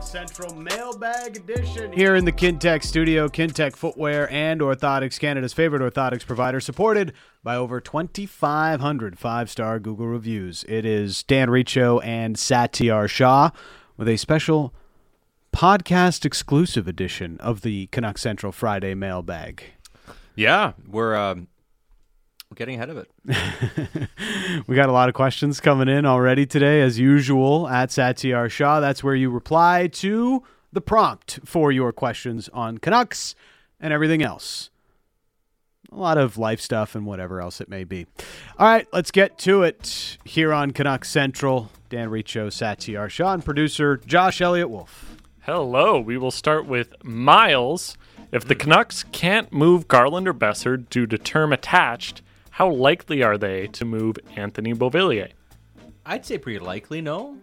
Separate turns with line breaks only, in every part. Central Mailbag Edition here in the Kintech studio. Kintech Footwear and Orthotics, Canada's favorite orthotics provider, supported by over 2,500 five star Google reviews. It is Dan Riccio and Satyar Shah with a special podcast exclusive edition of the Canuck Central Friday Mailbag.
Yeah, we're um, getting ahead of it.
We got a lot of questions coming in already today, as usual, at Satyar Shah. That's where you reply to the prompt for your questions on Canucks and everything else. A lot of life stuff and whatever else it may be. All right, let's get to it here on Canucks Central. Dan Riccio, Satyar Shah, and producer Josh Elliott Wolf.
Hello. We will start with Miles. If the Canucks can't move Garland or Besser due to term attached, how likely are they to move Anthony Beauvillier?
I'd say pretty likely, no?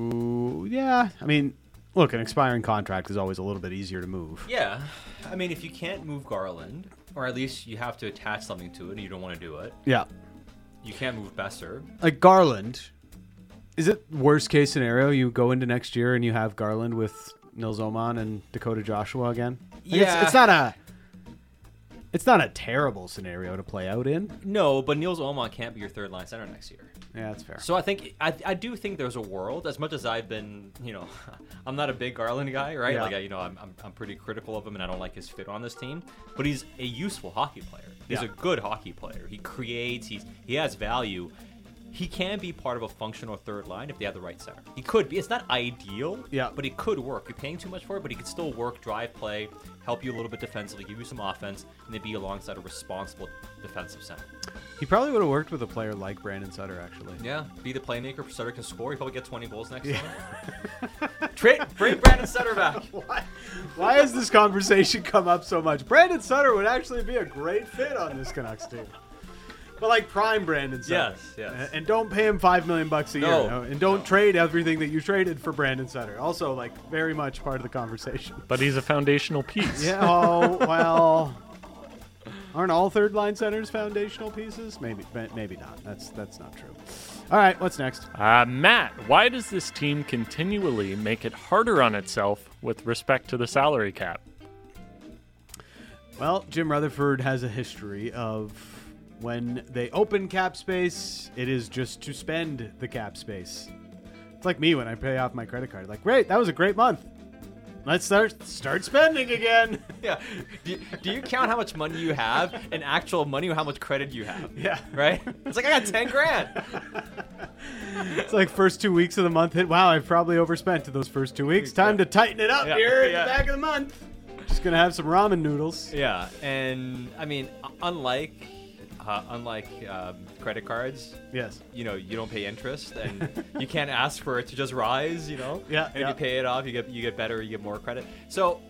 Ooh, yeah. I mean, look, an expiring contract is always a little bit easier to move.
Yeah. I mean, if you can't move Garland, or at least you have to attach something to it and you don't want to do it,
Yeah.
you can't move Besser.
like Garland. Is it worst case scenario you go into next year and you have Garland with Nils Oman and Dakota Joshua again? Like, it's-
Yeah.
it's, not a it's not a terrible scenario to play out in.
No, but Niels Olmont can't be your third line center next year.
Yeah, that's fair.
So I think I, I do think there's a world. As much as I've been, you know, I'm not a big Garland guy, right?
Yeah.
Like, I, you know, I'm, I'm, I'm pretty critical of him, and I don't like his fit on this team. But he's a useful hockey player. He's
Yeah.
a good hockey player. He creates. He's he has value. He can be part of a functional third line if they have the right center. He could be. It's not ideal,
Yeah.
but it could work. You're paying too much for it, but he could still work, drive, play, help you a little bit defensively, give you some offense, and then be alongside a responsible defensive center.
He probably would have worked with a player like Brandon Sutter actually.
Yeah, be the playmaker. Sutter can score. He probably get 20 goals next summer. Tra- bring Brandon Sutter back.
Why, why has this conversation come up so much? Brandon Sutter would actually be a great fit on this Canucks team. But like prime Brandon Sutter.
Yes, yes.
And- And don't pay him five million bucks a
No,
year. no? And don't
no.
trade everything that you traded for Brandon Sutter. Also, like very much part of the conversation.
But he's a foundational piece.
Yeah. Oh well. Aren't all third line centers foundational pieces? Maybe, but maybe not. That's that's not true. All right. What's next?
Uh, Matt, why does this team continually make it harder on itself with respect to the salary cap?
Well, Jim Rutherford has a history of when they open cap space, it is just to spend the cap space. It's like me when I pay off my credit card. Like, great, that was a great month. Let's start start spending again.
Yeah. Do, do you count how much money you have and actual money or how much credit you have?
Yeah.
Right? It's like I got 10 grand.
It's like first two weeks of the month hit. Wow, I've probably overspent those first two weeks. Time to tighten it up
Yeah,
here at
yeah.
the back of the month. Just gonna have some ramen noodles.
Yeah, and I mean, u- unlike uh, unlike um, credit cards,
Yes.
you know, you don't pay interest and you can't ask for it to just rise, you know?
Yeah,
And
yeah.
you pay it off, you get you get better, you get more credit. So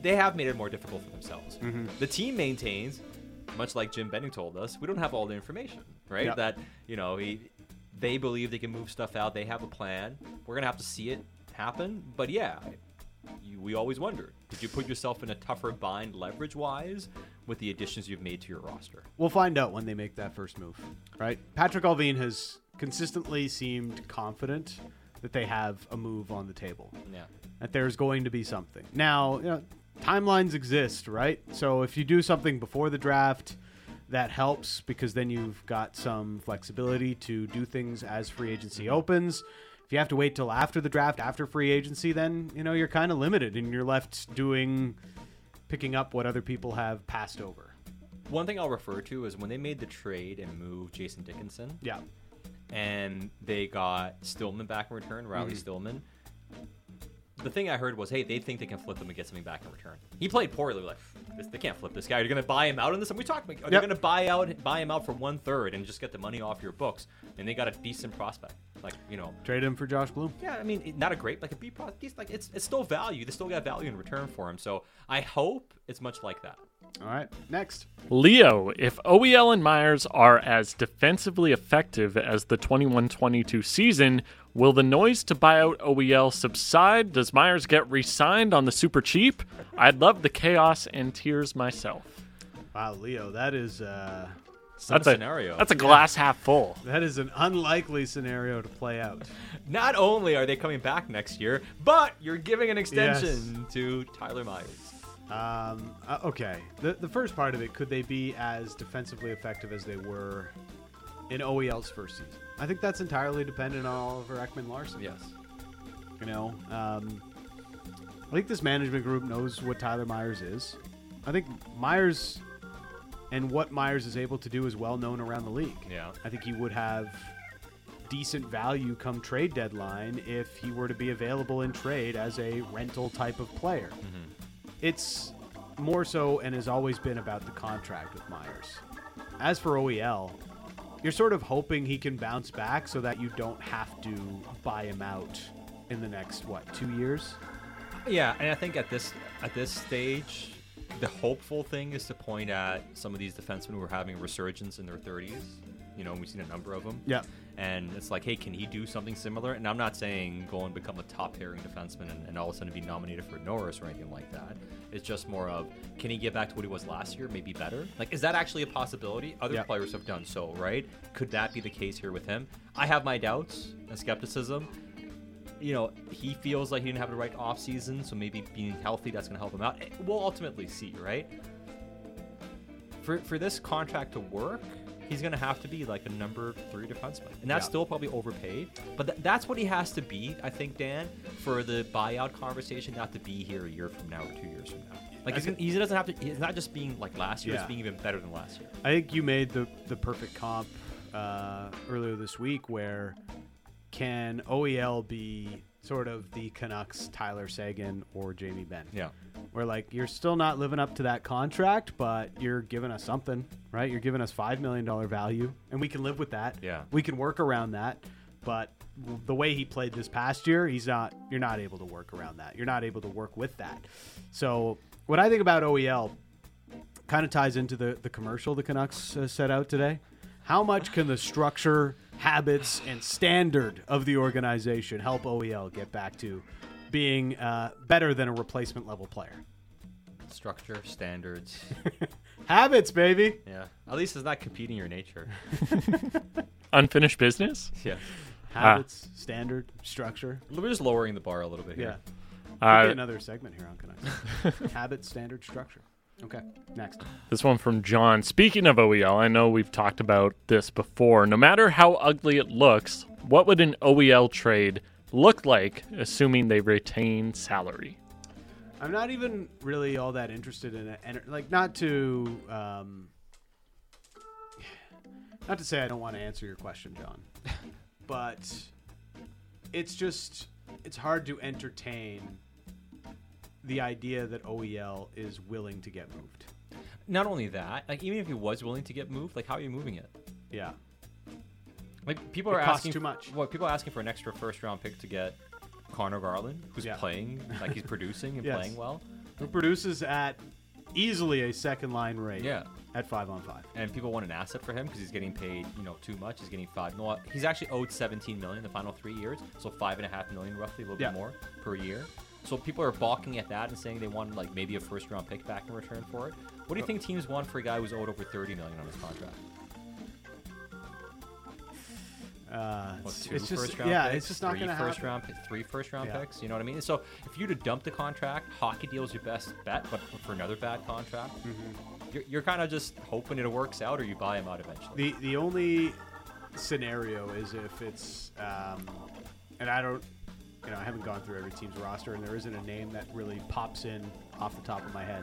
they have made it more difficult for themselves.
Mm-hmm.
The team maintains, much like Jim Benning told us, we don't have all the information, right?
Yeah.
That, you know, he they believe they can move stuff out, they have a plan. We're gonna have to see it happen. But yeah, you, we always wondered, did you put yourself in a tougher bind leverage wise with the additions you've made to your roster?
We'll find out when they make that first move, right? Patrick Alvine has consistently seemed confident that they have a move on the table,
Yeah.
that there's going to be something. Now, you know, timelines exist, right? So if you do something before the draft, that helps because then you've got some flexibility to do things as free agency opens. If you have to wait till after the draft, after free agency, then you know you're kind of limited and you're left doing picking up what other people have passed over.
One thing I'll refer to is when they made the trade and moved Jason Dickinson,
Yeah.
and they got Stillman back in return,
Mm-hmm.
Riley Stillman. The thing I heard was, hey, they think they can flip him and get something back in return. He played poorly. We're like, this, they can't flip this guy. Are you going to buy him out on this? And we talked about, are you
Yep.
going to buy out, buy him out for one third and just get the money off your books? And they got a decent prospect, like you know,
Trade him for Josh Bloom.
yeah, I mean, it- not a great, like a B prospect. He's like, it's it's still value. They still got value in return for him. So I hope it's much like that.
All right, next.
Leo, if OEL and Myers are as defensively effective as the 21 22 season, will the noise to buy out OEL subside? Does Myers get re signed on the super cheap? I'd love the chaos and tears myself.
Wow, Leo, that is uh,
Some
That's a
scenario.
That's a glass half full.
That is an unlikely scenario to play out.
Not only are they coming back next year, but you're giving an extension to Tyler Myers.
Um, uh, okay. The, the first part of it, could they be as defensively effective as they were in OEL's first season? I think that's entirely dependent on Oliver Ekman Larson.
Yes.
You know, um, I think this management group knows what Tyler Myers is. I think Myers and what Myers is able to do is well known around the league.
Yeah.
I think he would have decent value come trade deadline if he were to be available in trade as a rental type of player. It's more so and has always been about the contract with Myers. As for E OEL, you're sort of hoping he can bounce back so that you don't have to buy him out in the next what two years
Yeah, and I think at this at this stage, the hopeful thing is to point at some of these defensemen who are having a resurgence in their 30s. You know, and we've seen a number of them.
Yeah.
And it's like, hey, can he do something similar? And I'm not saying go and become a top pairing defenseman and, and all of a sudden be nominated for Norris or anything like that. It's just more of can he get back to what he was last year, maybe better? Like, is that actually a possibility? Other
Yeah.
players have done so, right? Could that be the case here with him? I have my doubts and skepticism you know, he feels like he didn't have the right off season, so maybe being healthy that's going to help him out. Eh, We'll ultimately see, right? For for this contract to work, he's going to have to be like a number three defenseman, and that's
Yeah.
still probably overpaid. But th- that's what he has to be, I think, Dan, for the buyout conversation not to be here a year from now or two years from now. Like
I
he's, gonna, he doesn't have to. He's not just being like last year; he's
Yeah.
being even better than last year.
i think you made the the perfect comp uh, earlier this week where can oel be sort of the canucks tyler sagan or jamie benn where like you're still not living up to that contract but you're giving us something right you're giving us five million dollar value and we can live with that
Yeah.
we can work around that but the way he played this past year he's not you're not able to work around that you're not able to work with that so what i think about oel kind of ties into the, the commercial the Canucks uh, set out today. How much can the structure, habits, and standard of the organization help OEL get back to being uh, better than a replacement level player?
structure, standards.
Habits, baby.
yeah, at least it's not competing your nature.
Unfinished business?
yeah,
Habits, standard, structure.
we're just lowering the bar a little bit here.
Yeah. Could be
Uh,
another segment here on Canucks. Habits, standard, structure. Okay, next.
This one from John. Speaking of OEL, I know we've talked about this before. No matter how ugly it looks, what would an OEL trade look like, assuming they retain salary?
I'm not even really all that interested in it, and like not to, um, not to say I don't want to answer your question, John, but it's just it's hard to entertain the idea that OEL is willing to get moved.
not only that, like even if he was willing to get moved, like how are you moving it?
Yeah,
Like people
It
are
costs
asking
too much.
Well, people are asking for an extra first round pick to get Connor Garland, who's
Yeah.
playing like he's producing and
Yes.
playing well,
who produces at easily a second line rate?
Yeah.
at five on five.
and people want an asset for him because he's getting paid, you know, too much. He's getting five. No, he's actually owed 17 million in the final three years, so five and a half million roughly, a little
Yeah.
bit more per year. So people are balking at that and saying they want like maybe a first round pick back in return for it. What
Oh.
do you think teams want for a guy who's owed over 30 million on his contract?
Uh,
What,
it's,
two
it's just
first round
yeah,
picks,
it's just not
three
going to
first
happen.
round, pi- three first round
Yeah.
picks. You know what I mean? So if you were to dump the contract, hockey deal is your best bet, but for another bad contract, you're, you're kind of just hoping it works out, or you buy him out eventually.
Mm-hmm. The the only scenario is if it's um, and I don't you know I haven't gone through every team's roster and there isn't a name that really pops in off the top of my head.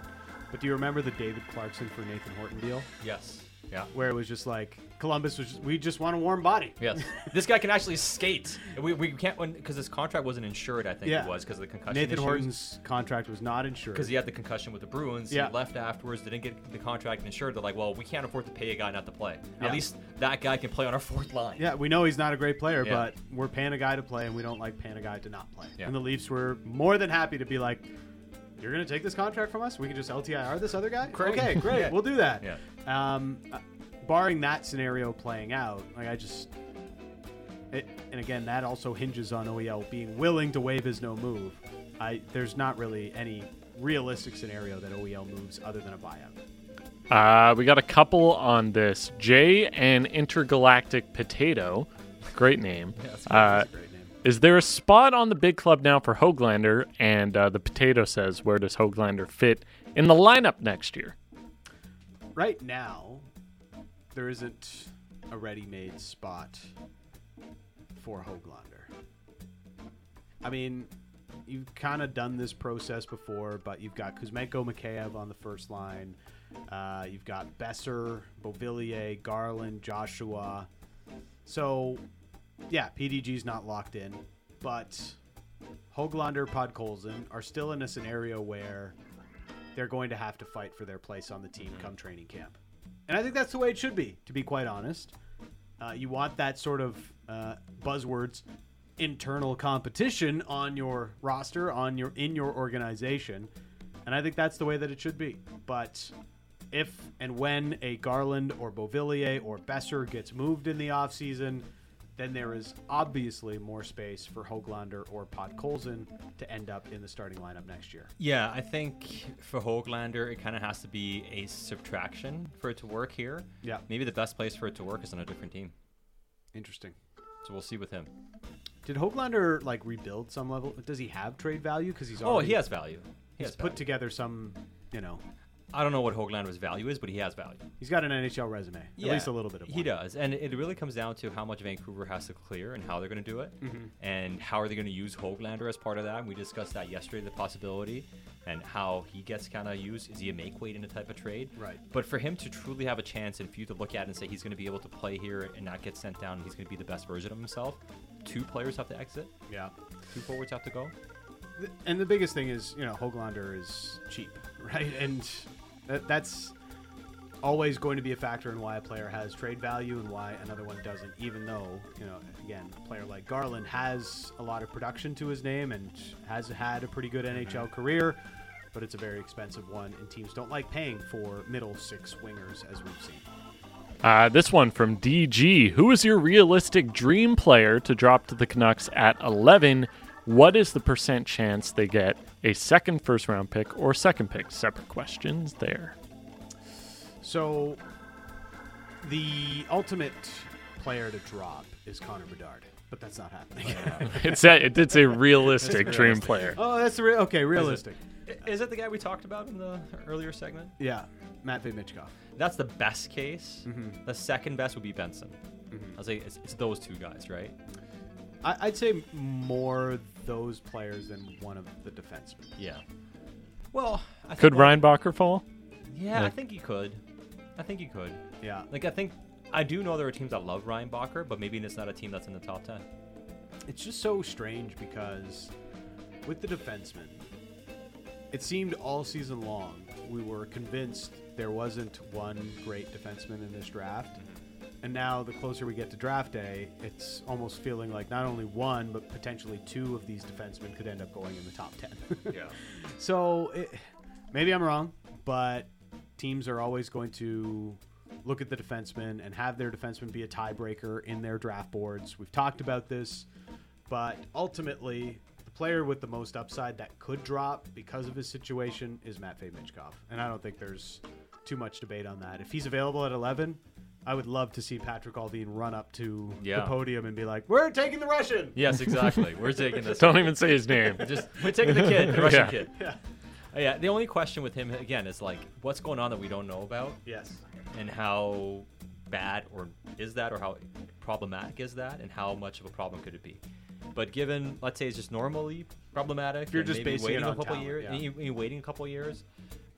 But do you remember the David Clarkson for Nathan Horton deal
yes, yeah,
where it was just like Columbus was just, we just want a warm body.
yes. this guy can actually skate. We, we can't because his contract wasn't insured. I think
Yeah.
it was because of the concussion.
Nathan
issues.
Horton's contract was not insured.
because he had the concussion with the Bruins.
Yeah.
He left afterwards. They didn't get the contract insured. They're like, well, we can't afford to pay a guy not to play.
Yeah.
At least that guy can play on our fourth line.
Yeah, we know he's not a great player,
Yeah.
but we're paying a guy to play, and we don't like paying a guy to not play.
Yeah.
And the Leafs were more than happy to be like, "You're going to take this contract from us? We can just LTIR this other guy?
Great.
Okay, great,
Yeah.
we'll do that."
Yeah.
Um, uh, barring that scenario playing out, like I just, it, and again, that also hinges on OEL being willing to waive his no move. E I there's not really any realistic scenario that OEL moves other than a buyout.
Uh, we got a couple on this. Jay and Intergalactic Potato. Great name. Uh, is there a spot on the big club now for Hoaglander? And uh, the potato says, where does Hoaglander fit in the lineup next year?
Right now, there isn't a ready-made spot for Hoaglander. I mean, you've kind of done this process before, but you've got Kuzmenko Mikheyev on the first line. Uh, you've got Besser, Bovillier, Garland, Joshua. So, yeah, PDG's not locked in, but Hoaglander, Podkolzin are still in a scenario where they're going to have to fight for their place on the team come training camp. And I think that's the way it should be, to be quite honest. Uh, you want that sort of uh, buzzwords internal competition on your roster, on your in your organization, and I think that's the way that it should be. But if and when a Garland or Bovillier or Besser gets moved in the offseason, then there is obviously more space for Hoaglander or Podkolzin to end up in the starting lineup next year.
Yeah, I think for Hoaglander, it kind of has to be a subtraction for it to work here.
Yeah.
Maybe the best place for it to work is on a different team.
Interesting.
So we'll see with him.
Did Hoaglander like rebuild some level? Does he have trade value? Because he's
Oh,
already
he has value. He
he's
has
put
value.
together some, you know,
I don't know what Hoaglander's value is, but he has value.
he's got an NHL resume, at least a little bit of.
He
one.
does, and it really comes down to how much Vancouver has to clear and how they're going to do it, and how are they going to use Hoaglander as part of that. And we discussed that yesterday, the possibility, and how he gets kind of used. Is he a make weight in a type of trade?
Right.
But for him to truly have a chance and for you to look at and say he's going to be able to play here and not get sent down, and he's going to be the best version of himself. Two players have to exit.
Yeah.
Two forwards have to go.
Th- and the biggest thing is you know Hoaglander is cheap, right? And that, that's always going to be a factor in why a player has trade value and why another one doesn't. Even though you know, again, a player like Garland has a lot of production to his name and has had a pretty good NHL career, but it's a very expensive one, and teams don't like paying for middle six wingers as we've seen.
Uh, this one from DG. Who is your realistic dream player to drop to the Canucks at 11? What is the percent chance they get a second first round pick or second pick? Separate questions there.
So, the ultimate player to drop is Connor Bedard, but that's not happening.
It said it did say realistic dream player.
oh, that's the re- okay, realistic.
Is that the guy we talked about in the earlier segment?
Yeah, Matvey Michkov.
That's the best case. The second best would be Benson. I'll say it's, it's those two guys, right?
I, I'd say more those players than one of the defensemen.
Yeah. Well, I think
Could
one-
Ryan Bacher fall?
Yeah, I
like-
think he could. I think he could.
Yeah,
Like, I think I do know there are teams that love Ryan Bacher, but maybe it's not a team that's in the top ten.
it's just so strange because with the defensemen, it seemed all season long we were convinced there wasn't one great defenseman in this draft. And now, the closer we get to draft day, it's almost feeling like not only one, but potentially two of these defensemen could end up going in the top 10.
Yeah.
So it, maybe I'm wrong, but teams are always going to look at the defenseman and have their defenseman be a tiebreaker in their draft boards. We've talked about this, but ultimately, the player with the most upside that could drop because of his situation is Matvei Michkov, and I don't think there's too much debate on that. If he's available at 11. I would love to see Patrick Alvine run up to the
Yeah.
podium and be like, "We're taking the Russian."
Yes, exactly. We're taking this.
Don't even say his name.
Just we're taking the kid, the Russian
Yeah.
kid.
Yeah.
Uh, yeah. The only question with him again is like, what's going on that we don't know about?
Yes.
and how bad or is that or how problematic is that and how much of a problem could it be but given let's say it's just normally problematic
If you're
and
just
maybe
basing it
waiting
on
a couple
talent,
years
yeah.
and you, and you waiting a couple years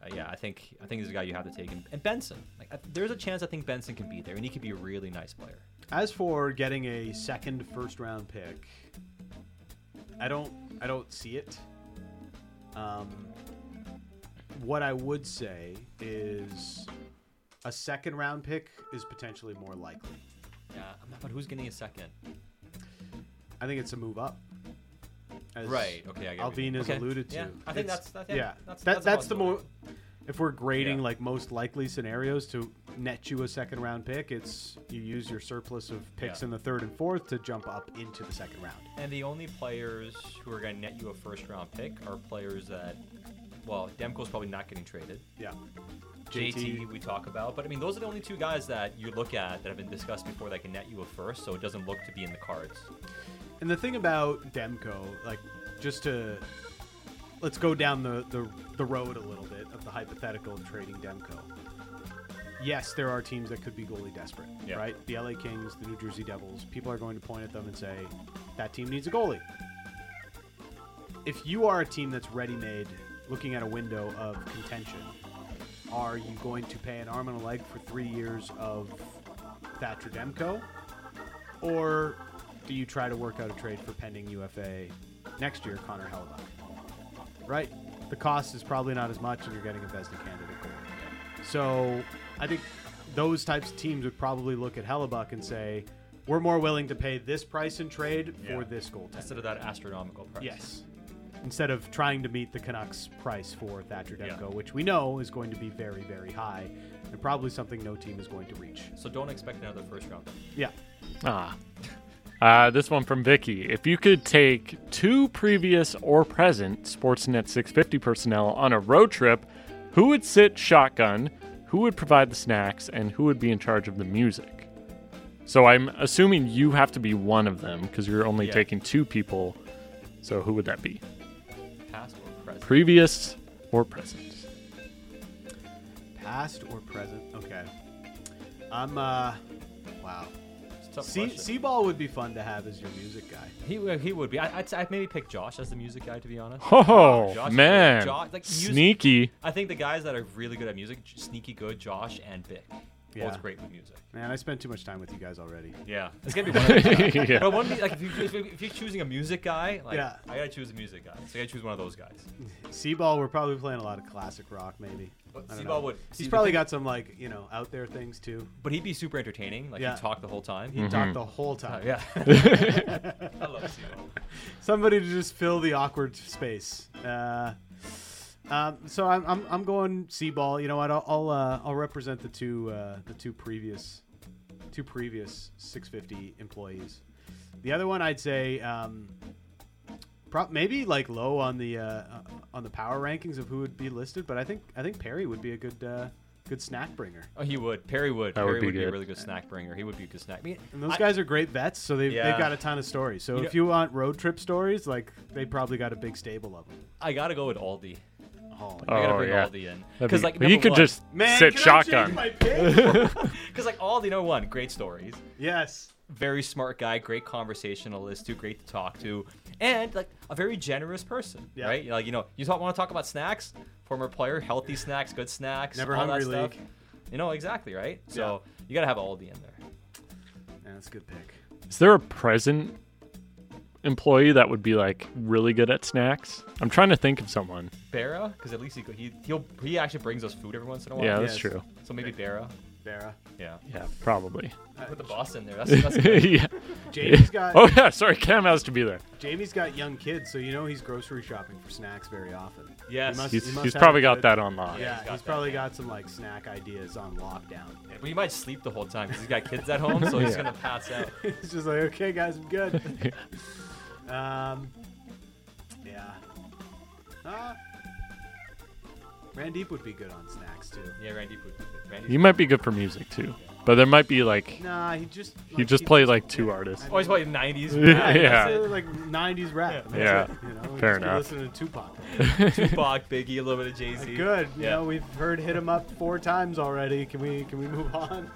uh, yeah i think i think this is a guy you have to take and, and benson like I, there's a chance i think benson can be there and he could be a really nice player
As for getting a second first round pick, I don't I don't see it. Um, what I would say is a second round pick is potentially more likely.
yeah I'm not- Uh, but who's getting a second
I think it's a move up. As
right okay i get what you
Alvin
mean.
has
Okay.
alluded to.
yeah, i think
It's-
that's, that's
yeah.
that's,
that, that's the more
more
if we're grading
Yeah.
like most likely scenarios to net you a second round pick, it's you use your surplus of picks
Yeah.
in the third and fourth to jump up into the second round.
And the only players who are going to net you a first round pick are players that, well, Demko's probably not getting traded.
Yeah.
JT,
JT.
we talk about, but I mean, those are the only two guys that you look at that have been discussed before that can net you a first, so it doesn't look to be in the cards.
And the thing about Demko, like, just to let's go down the, the the road a little bit of the hypothetical of trading Demko. Yes, there are teams that could be goalie desperate,
Yeah.
right? The LA Kings, the New Jersey Devils. People are going to point at them and say that team needs a goalie. If you are a team that's ready-made, looking at a window of contention, are you going to pay an arm and a leg for three years of Thatcher Demko, or do you try to work out a trade for pending UFA next year, Connor Hellebuck? Right? The cost is probably not as much, and you're getting a Vesna candidate goal. So I think those types of teams would probably look at Hellebuck and say, we're more willing to pay this price in trade
Yeah.
for this goaltender.
Instead of that astronomical price.
Yes. Instead of trying to meet the Canucks price for Thatcher
Yeah.
Demko, which we know is going to be very, very high, and probably something no team is going to reach.
So don't expect another first round. pick.
Yeah.
Ah. Uh, this one from Vicky. If you could take two previous or present Sportsnet 650 personnel on a road trip, who would sit shotgun? Who would provide the snacks? And who would be in charge of the music? So I'm assuming you have to be one of them because you're only
Yeah.
taking two people. So who would that be?
Past or present.
Previous or present?
Past or present? Okay. I'm uh wow.
It's a tough
C
question.
Seaball would be fun to have as your music guy.
He, w- he would be. I, I'd, I'd maybe pick Josh as the music guy, to be honest.
Oh,
Josh-
man.
Josh- like, music-
Sneaky.
I think the guys that are really good at music, J- sneaky good, Josh and Vic.
Yeah.
Both great with music.
Man, I spent too much time with you guys already.
Yeah, it's gonna be one. Of those guys.
Yeah.
But one, like if, you, if, you- if you're choosing a music guy, like
Yeah.
I gotta choose a music guy. So I gotta choose one of those guys.
Seaball, we're probably playing a lot of classic rock, maybe.
But
I don't
Seaball
know.
would-
He's
see, the
probably
thing-
got some like you know out there things too.
But he'd be super entertaining. Like
Yeah.
he'd talk the whole time.
Mm.
He talked the whole
Uh,
time.
yeah. I love Seagull.
Somebody to just fill the awkward space. Uh, um, so I'm, I'm I'm going Seaball. You know what? I'll I'll, uh, I'll represent the two uh, the two previous two previous 650 employees. The other one I'd say um, pro- maybe like low on the uh, uh, on the power rankings of who would be listed, but I think I think Perry would be a good uh, good snack bringer.
Oh, he would. Perry would.
That would
Perry
be
would be a
good.
really good snack bringer. He would be a good snack. I mean,
And those
I-
guys are great vets, so they've,
Yeah.
they've got a ton of stories. So
You
if
know-
you want road trip stories, like they probably got a big stable of them.
I gotta go with Aldi.
Oh,
I gotta
Oh,
bring
yeah.
Aldi in
That'd
because
be-
like
but you
number
could
one-
just sit shotgun.
Because like all the know one, great stories,
yes.
very smart guy, great conversationalist, too great to talk to, and like a very generous person,
Yeah.
right? Like you know, you want to talk about snacks, former player, healthy snacks, good snacks,
Never
all
hungry
that stuff.
league.
You know exactly, right? So you gotta have Aldi in there.
Yeah, that's a good pick.
Is there a present employee that would be like really good at snacks? I'm trying to think of someone.
Barra, because at least he he he'll, he actually brings us food every once in a while.
yeah, that's
yes.
true.
So maybe Barra.
Vera. Uh,
Yeah.
Yeah, probably.
Put the boss in there. That's, that's good.
yeah.
Jamie's got
Oh yeah, sorry, Cam has to be there.
Jamie's got young kids, so you know he's grocery shopping for snacks very often.
Yes.
He must-
He's,
he must
he's
have
probably
a
got
good-
that on lock.
Yeah,
he's
he's,
got that.
probably got some like snack ideas on lockdown.
But he might sleep the whole time because he's got kids at home, so he's
Yeah.
gonna pass out.
he's just like, okay, guys, I'm good. um, yeah. Uh, Randeep would be good on snacks too.
Yeah, Randy would. Randy.
You might be good for music too, but there might be like
Nah, he just like,
you just
he
play like two artists.
I-
Always probably 90s.
Yeah.
that's
They're, like '90s rap. That's
Yeah.
it, you know,
Fair
Just be
enough.
Listening to Tupac.
it. Tupac, Biggie, a little bit of Jay Z.
Good. You
Yeah.
know, we've heard hit him up four times already. Can we can we move on?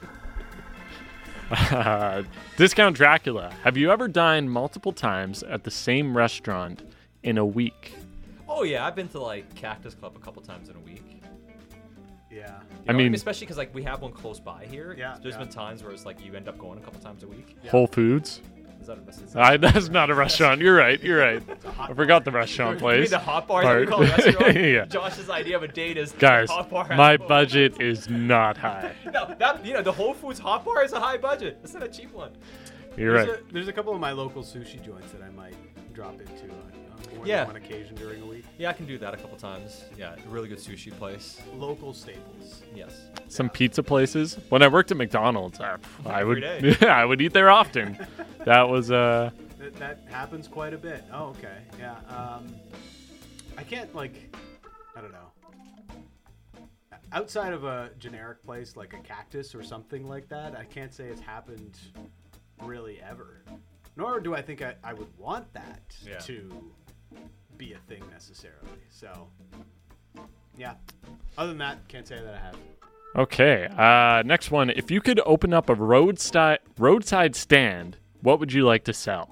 Uh, Discount Dracula. Have you ever dined multiple times at the same restaurant in a week?
Oh yeah, I've been to like Cactus Club a couple times in a week. You
Yeah.
I
know,
mean,
especially because like we have one close by here.
Yeah,
So There's
yeah.
been times where it's like you end up going a couple times a week.
Whole Foods.
Is that a is that-
I, that's not a restaurant. You're right. You're right. I forgot the restaurant
You mean
place.
the hot bar that we call a
Part.
restaurant?
Yeah.
Josh's idea of a date is
Guys,
hot bar. at
my
home.
budget is not high.
No, that you know the Whole Foods hot bar is a high budget. That's not a cheap one.
You're
There's,
right.
a, there's a couple of my local sushi joints that I might drop into on, on more
Yeah.
than one occasion during a week.
Yeah, I can do that a couple times. Yeah, a really good sushi place.
Local staples.
Yes.
Some pizza places. When I worked at McDonald's, I, I would
day.
yeah, I would eat there often. That was uh
That, that happens quite a bit. Oh, okay. Yeah. Um, I can't like, I don't know. I- outside of a generic place like a cactus or something like that, I can't say it's happened really ever. Nor do I think I, I would want that
Yeah.
to be a thing necessarily. So, yeah. Other than that, can't say that I have.
Okay. Uh, next one. If you could open up a roadside roadside stand, what would you like to sell?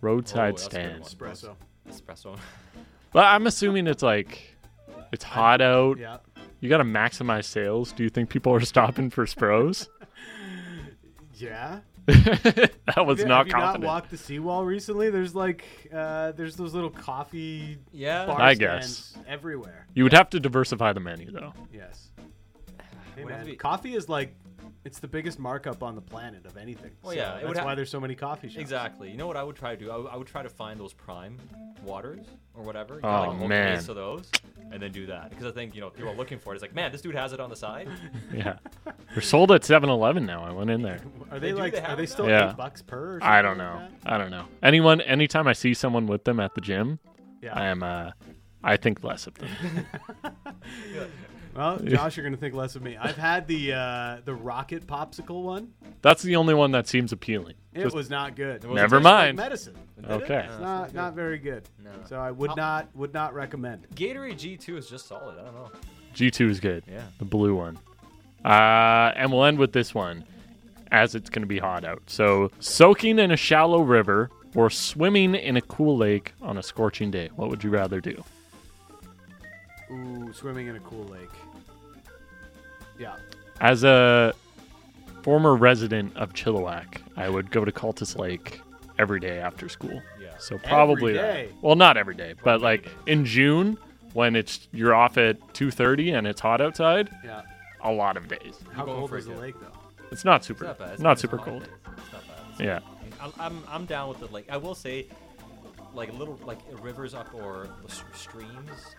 Roadside
Oh, that's a good
stand.
one.
Espresso.
Espresso.
Well, I'm assuming it's like it's hot out.
Yeah.
You got to maximize sales. Do you think people are stopping for spros?
Yeah.
that was
Have
not
you not
confident.
walked the seawall recently? There's like, uh, there's those little coffee
Yeah.
bar
I
stands everywhere.
you would have to diversify the menu though.
Yes. Hey
Would have to
man,
be-
coffee is like, it's the biggest markup on the planet of anything.
Well,
So
yeah, it would
that's
ha-
why there's so many coffee shops.
Exactly. You know what I would try to do? I would- I would try to find those prime waters or whatever. You
Oh,
know, like a whole
man.
case of those, and then do that because I think you know people are looking for it. It's like, man, this dude has it on the side.
Yeah. They're sold at 7-Eleven now. I went in there.
Are they,
They do,
like?
they
are
have
they
them
still
now? Yeah.
eight bucks per? Or
I don't
something
know.
like
I don't know. Anyone anytime I see someone with them at the gym,
that? Yeah.
I am uh I think less of them.
Well, Josh, you're gonna think less of me. I've had the uh, the rocket popsicle one.
That's the only one that seems appealing.
It
Just-
was not good.
It
It
was-
never
tastes like
mind.
medicine. It's
Okay.
Uh,
not not very good.
No.
So I would
I'll-
not would not recommend.
Gatorade G2 is just solid. I don't know.
G2 is good.
Yeah.
The blue one. Uh, and we'll end with this one as it's going to be hot out. So, soaking in a shallow river or swimming in a cool lake on a scorching day. What would you rather do?
Ooh, swimming in a cool lake. Yeah.
As a former resident of Chilliwack, I would go to Cultus Lake every day after school.
Yeah.
So, probably that.
day?
Well, not every day, but like in June when it's you're off at 2:30 and it's hot outside,
Yeah.
a lot of days.
How
going
cold
for
is
it,
the
yeah.
lake though?
It's not super
It's not bad. It's
not
it's
super
holidays.
cold.
It's not bad. It's
Yeah.
I'm, I'm I'm down with it. Like I will say, like little like rivers up or s- streams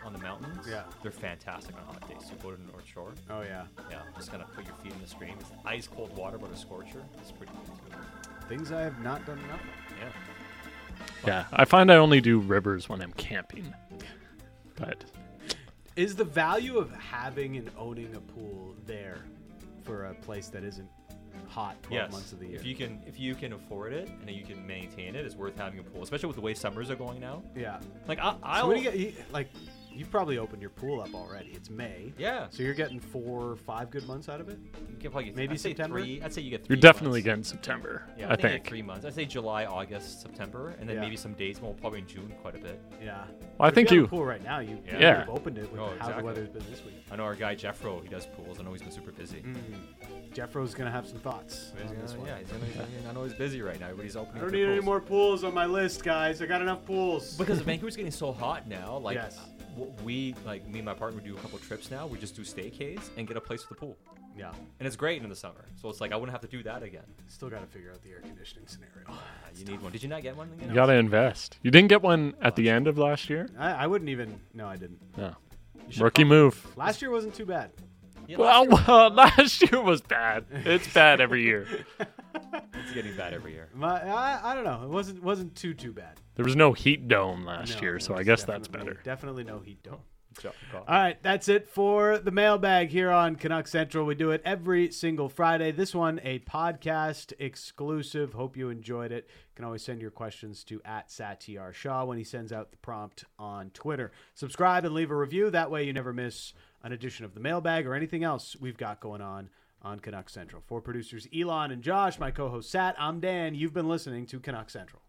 on the mountains.
Yeah.
they're fantastic on hot days. So go to the North Shore.
Oh yeah.
Yeah, just kind of put your feet in the stream. It's ice cold water, but a scorcher. It's pretty good. Too.
Things I have not done enough. of.
Yeah,
Yeah, I find I only do rivers when I'm camping. But
Is the value of having and owning a pool there for a place that isn't hot 12
yes.
months of the year?
If you can, if you can afford it and you can maintain it, it's worth having a pool, especially with the way summers are going now.
yeah.
Like I, I
So what do you get? You, like, you've probably opened your pool up already. It's May.
Yeah.
So you're getting four or five good months out of it?
get probably
maybe
I'd say
September?
Three, I'd say you get. Three
you're definitely
months.
getting September,
Yeah,
I
think, like
think.
three months. I'd say July, August, September, and then
Yeah.
maybe some days. Well, probably in June, quite a bit.
Yeah.
Well, I
If
think
you. have
you-
a pool right now, you,
Yeah.
you
Yeah.
have opened it with
Oh,
how the
exactly.
weather's been this week.
I know our guy Jeffro. He does pools. I know he's been super busy.
Mm, Jeffro's going to have some thoughts
He's
on
gonna-
this one.
yeah, he's gonna, I know he's busy right now. Everybody's opening.
I don't
for
need any
pools.
more pools on my list, guys. I got enough pools.
Because Vancouver's getting so hot now. Like
Yes.
w- we, like me and my partner, do a couple trips now. We just do staycays and get a place with a pool,
yeah.
and it's great in the summer. So it's like I wouldn't have to do that again.
Still got to figure out the air conditioning scenario.
Uh, you need one. Did you not get one?
You gotta invest. You didn't get one at the end of last year?
I, I wouldn't even. No, I didn't.
No.
should
Rookie move.
Last year wasn't too bad.
Yeah,
Well,
last year
well, last year was bad. It's bad every year.
it's getting bad every year.
My, I, I don't know. It wasn't wasn't too too bad.
There was no heat dome last
No,
year, so I
there's
guess that's
definitely-
better.
Definitely no heat dome.
Good call.
All right, that's it for the mailbag here on Canuck Central. We do it every single Friday. This one, a podcast exclusive. Hope you enjoyed it. You can always send your questions to at Satyar Shah when he sends out the prompt on Twitter. Subscribe and leave a review. That way you never miss an edition of the mailbag or anything else we've got going on on Canuck Central. For producers Elon and Josh, my co-host Sat, I'm Dan. You've been listening to Canuck Central.